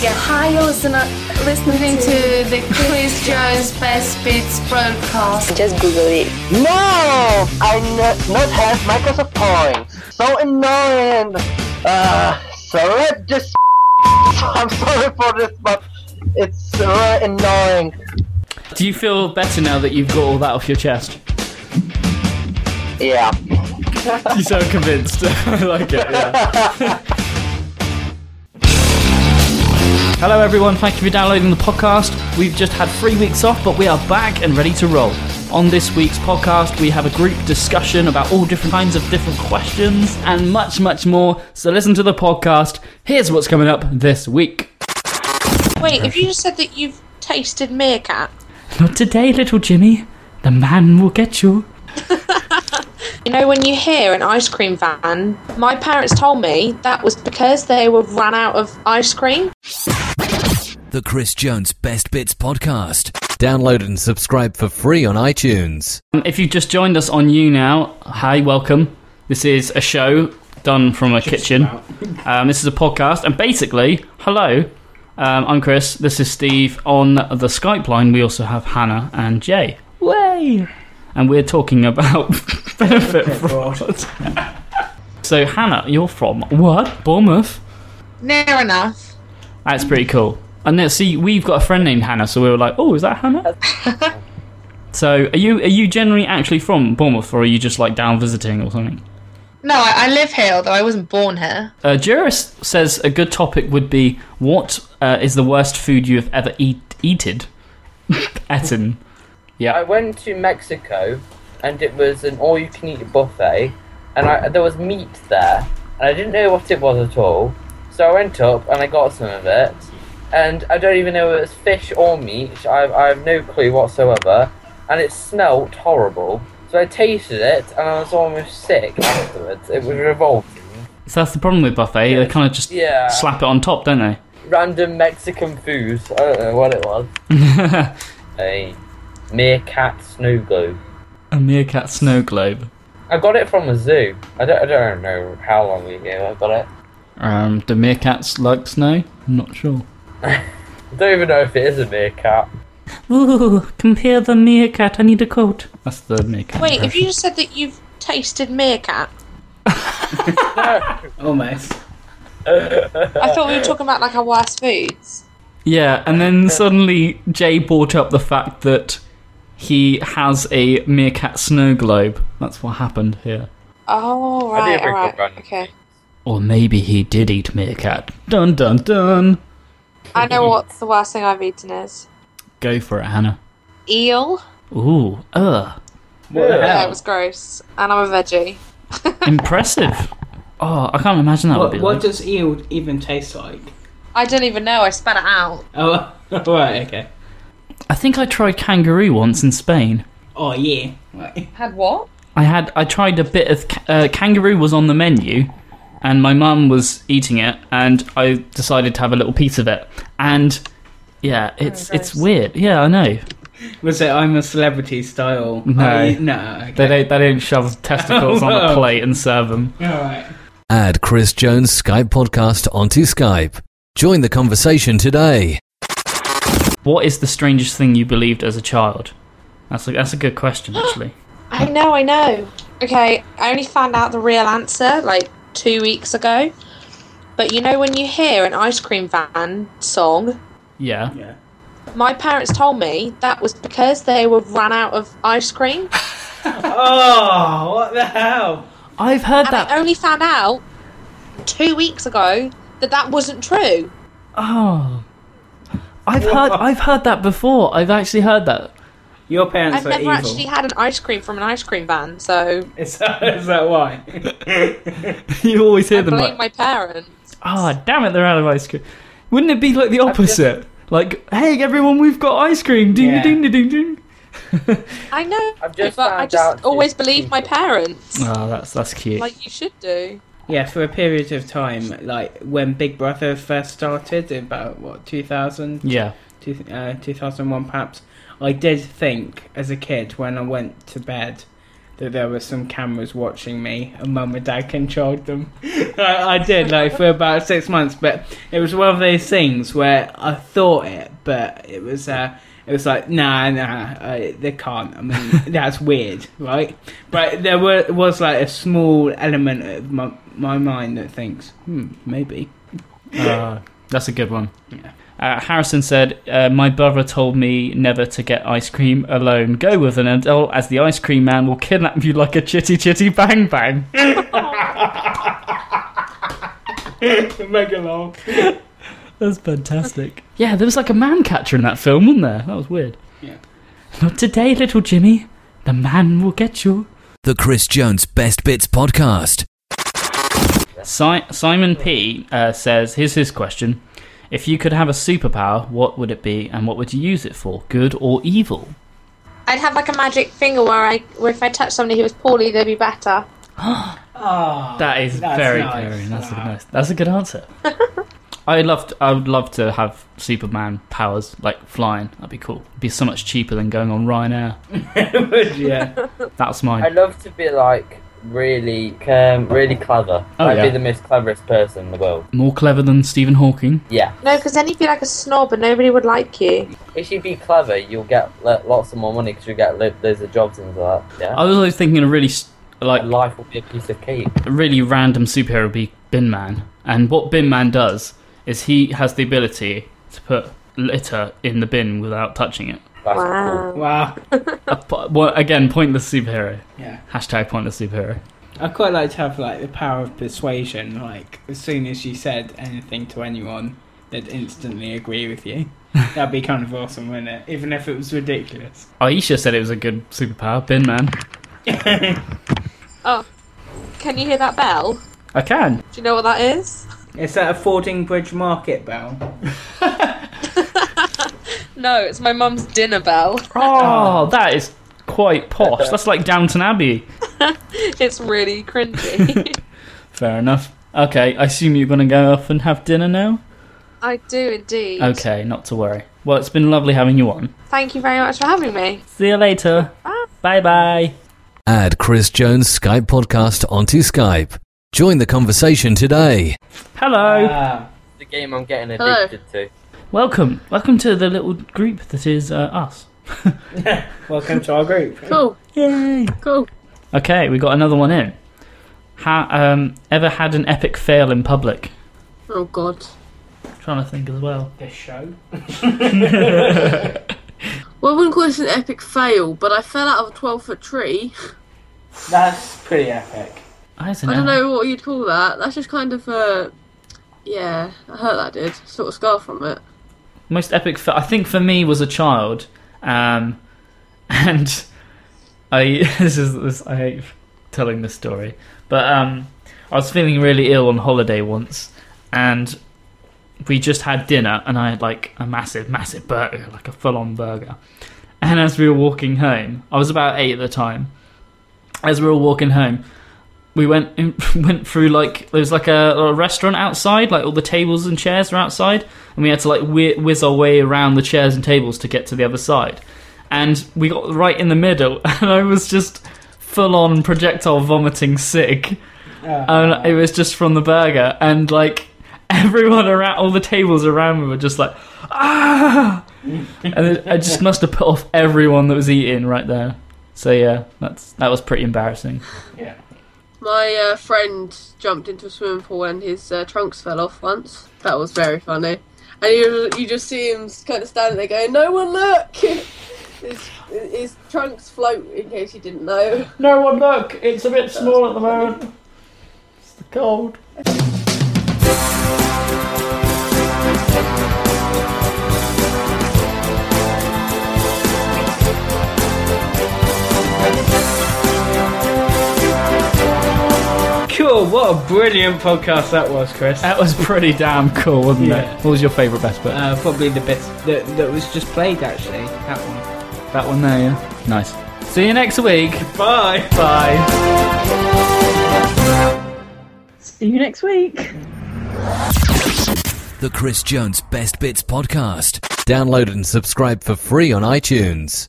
Yeah. Hi, listener, listening to the Quiz Joy's Best Bits broadcast. Just Google it. No! I n- not have Microsoft points. So annoying. Uh, so let's just. I'm sorry for this, but it's uh, annoying. Do you feel better now that you've got all that off your chest? Yeah. You sound convinced. I like it. Yeah. Hello, everyone. Thank you for downloading the podcast. We've just had three weeks off, but we are back and ready to roll. On this week's podcast, we have a group discussion about all different kinds of different questions and much, much more. So, listen to the podcast. Here's what's coming up this week. Wait, have you just said that you've tasted meerkat? Not today, little Jimmy. The man will get you. You know, when you hear an ice cream van, my parents told me that was because they were run out of ice cream. The Chris Jones Best Bits Podcast. Download and subscribe for free on iTunes. Um, If you've just joined us on You Now, hi, welcome. This is a show done from a kitchen. Um, this is a podcast, and basically, hello, um, I'm Chris, this is Steve. On the Skype line, we also have Hannah and Jay. Way! And we're talking about benefit fraud. so, Hannah, you're from what? Bournemouth? Near enough. That's pretty cool. And then, see, we've got a friend named Hannah, so we were like, "Oh, is that Hannah?" so, are you are you generally actually from Bournemouth, or are you just like down visiting or something? No, I, I live here, although I wasn't born here. Uh, Juris says a good topic would be what uh, is the worst food you have ever eat eated? Eaten. I went to Mexico, and it was an all-you-can-eat buffet, and I, there was meat there, and I didn't know what it was at all. So I went up and I got some of it, and I don't even know if it was fish or meat. I, I have no clue whatsoever, and it smelt horrible. So I tasted it, and I was almost sick afterwards. It was revolting. So that's the problem with buffet. They kind of just Yeah. slap it on top, don't they? Random Mexican food. I don't know what it was. A meerkat snow globe. a meerkat snow globe. I got it from a zoo. I don't, I don't know how long ago I got it. Um, do meerkats like snow? I'm not sure. I don't even know if it is a meerkat. Ooh, compare the meerkat. I need a coat. That's the meerkat. Wait, have impression. you just said that you've tasted meerkat? Almost. I thought Uh, we were talking about like our worst foods. Yeah, and then suddenly Jay brought up the fact that he has a meerkat snow globe. That's what happened here. Oh, I right, all did bring up right. random Okay. Or maybe he did eat meerkat. Dun dun dun. I know what's the worst thing I've eaten is Go for it, Hannah. eel. Ooh, ugh. What the That hell? was gross. And I'm a veggie. Impressive. Oh, I can't imagine that would What, be what like. does eel even taste like? I don't even know. I spat it out. Oh, right, okay. I think I tried kangaroo once in Spain. Oh, yeah. Right. Had what? I had I tried a bit of ca- uh, kangaroo was on the menu, and my mum was eating it, and I decided to have a little piece of it, and yeah, it's it's weird. Yeah, I know. Was it I'm a celebrity style? No. Are you- no, okay. They don't, they don't shove testicles on a Wow. plate and serve them. Alright. Add Chris Jones Skype Podcast onto Skype. Join the conversation today. What is the strangest thing you believed as a child? That's a, that's a good question, actually. I know, I know. Okay, I only found out the real answer like two weeks ago. But you know, when you hear an ice cream van song, Yeah. Yeah. my parents told me that was because they were ran out of ice cream. Oh, what the hell? I've heard And I that. only found out two weeks ago that that wasn't true. Oh. I've heard I've heard that before. I've actually heard that. Your parents I've are never evil. actually had an ice cream from an ice cream van, so Is that, is that why? You always hear I them blame like, my parents. "Ah, damn it, they're out of ice cream." Wouldn't it be like the opposite? Like, "Hey, everyone, we've got ice cream." Ding Yeah. ding ding ding ding. I know, I've just but I found out just it's always believed my parents, Oh, that's that's cute. like you should do. yeah, for a period of time, like when Big Brother first started, about what, 2000? yeah. two, uh, 2001 perhaps i did think as a kid when i went to bed that there were some cameras watching me, and mum and dad controlled them. I, I did like for about six months, but it was one of those things where I thought it, but it was. Uh, it was like, nah, nah, uh, they can't. I mean, that's weird, right? But there were, was like a small element of my, my mind that thinks, hmm, maybe. Uh, that's a good one. Yeah. Uh, Harrison said, uh, "My brother told me never to get ice cream alone. Go with an adult, as the ice cream man will kidnap you like a chitty chitty bang bang." Mega long. That's fantastic. Yeah, there was like a man catcher in that film, wasn't there? That was weird. Yeah. Not today, little Jimmy. The man will get you. The Chris Jones Best Bits Podcast. Si- Simon P uh, says, "Here's his question: If you could have a superpower, what would it be, and what would you use it for, good or evil?" I'd have like a magic finger where I, where if I touch somebody who was poorly, they'd be better. That is Ah, That's very nice. Ah, daring. That's a nice. That's a good answer. I love. To, I would love to have Superman powers like flying. That'd be cool. It'd be so much cheaper than going on Ryanair. yeah. That's I mine. love to be like really, um, really clever. Oh, I'd yeah. be the most cleverest person in the world. More clever than Stephen Hawking. Yeah. No, because then you'd be like a snob and nobody would like you. If you be clever, you'll get lo- lots of more money because you get lo- loads of jobs and all that. Yeah. I was always thinking a really s- like And life will be a piece of cake. a really random superhero would be Bin Man. And what Bin Man does is he has the ability to put litter in the bin without touching it. That's cool. Wow. Wow. A po- well, again, pointless superhero. Yeah. Hashtag pointless superhero. I quite like to have like the power of persuasion. Like as soon as you said anything to anyone, they'd instantly agree with you. That'd be kind of awesome, wouldn't it? Even if it was ridiculous. Aisha said it was a good superpower. Bin Man. Can you hear that bell? Do I can. you know what that is? Is that a Fording Bridge Market bell? No, it's my mum's dinner bell. Oh, that is quite posh. That's like Downton Abbey. It's really cringy. Fair enough. Okay, I assume you're going to go off and have dinner now? I do indeed. Okay, not to worry. Well, it's been lovely having you on. Thank you very much for having me. See you later. Bye. Bye bye. Add Chris Jones Skype Podcast onto Skype. Join the conversation today. Hello. Ah, The game I'm getting Hello. addicted to. Welcome. Welcome to the little group that is uh, us. welcome to our group. Cool, Yay. cool. Okay, we got another one in. Ha- um, ever had an epic fail in public? Oh god. Trying to think as well. This show. Well, I wouldn't call this an epic fail, but I fell out of a 12 foot tree. That's pretty epic. I don't know. I don't know what you'd call that. That's just kind of uh, yeah, I hurt that did. Sort of scar from it. most epic fa- I think for me was a child um and I this is this I hate telling this story but um I was feeling really ill on holiday once and we just had dinner and I had like a massive massive burger like a full on burger and as we were walking home I was about 8 at the time as we were walking home we went went through like there was like a, a restaurant outside like all the tables and chairs were outside and we had to like whi whiz our way around the chairs and tables to get to the other side. And we got right in the middle, and I was just full on projectile vomiting sick, and it was just from the burger. And like everyone around, all the tables around me were just like, ah, and it, I just must have put off everyone that was eating right there. So yeah, that's that was pretty embarrassing. My uh, friend jumped into a swimming pool and his uh, trunks fell off once. That was very funny. And you, you just see him kind of standing there going, "No one look." his, his trunks float. In case you didn't know. No one look, it's a bit small at the moment. It's the cold. Cool. What a brilliant podcast that was, Chris. Uh, That was pretty damn cool, wasn't Yeah. it? What was your favourite best bit? Uh, probably the best that, that was just played actually. That one. That one there, yeah. Nice. See you next week. Bye. Bye. See you next week. The Chris Jones Best Bits Podcast. Download and subscribe for free on iTunes.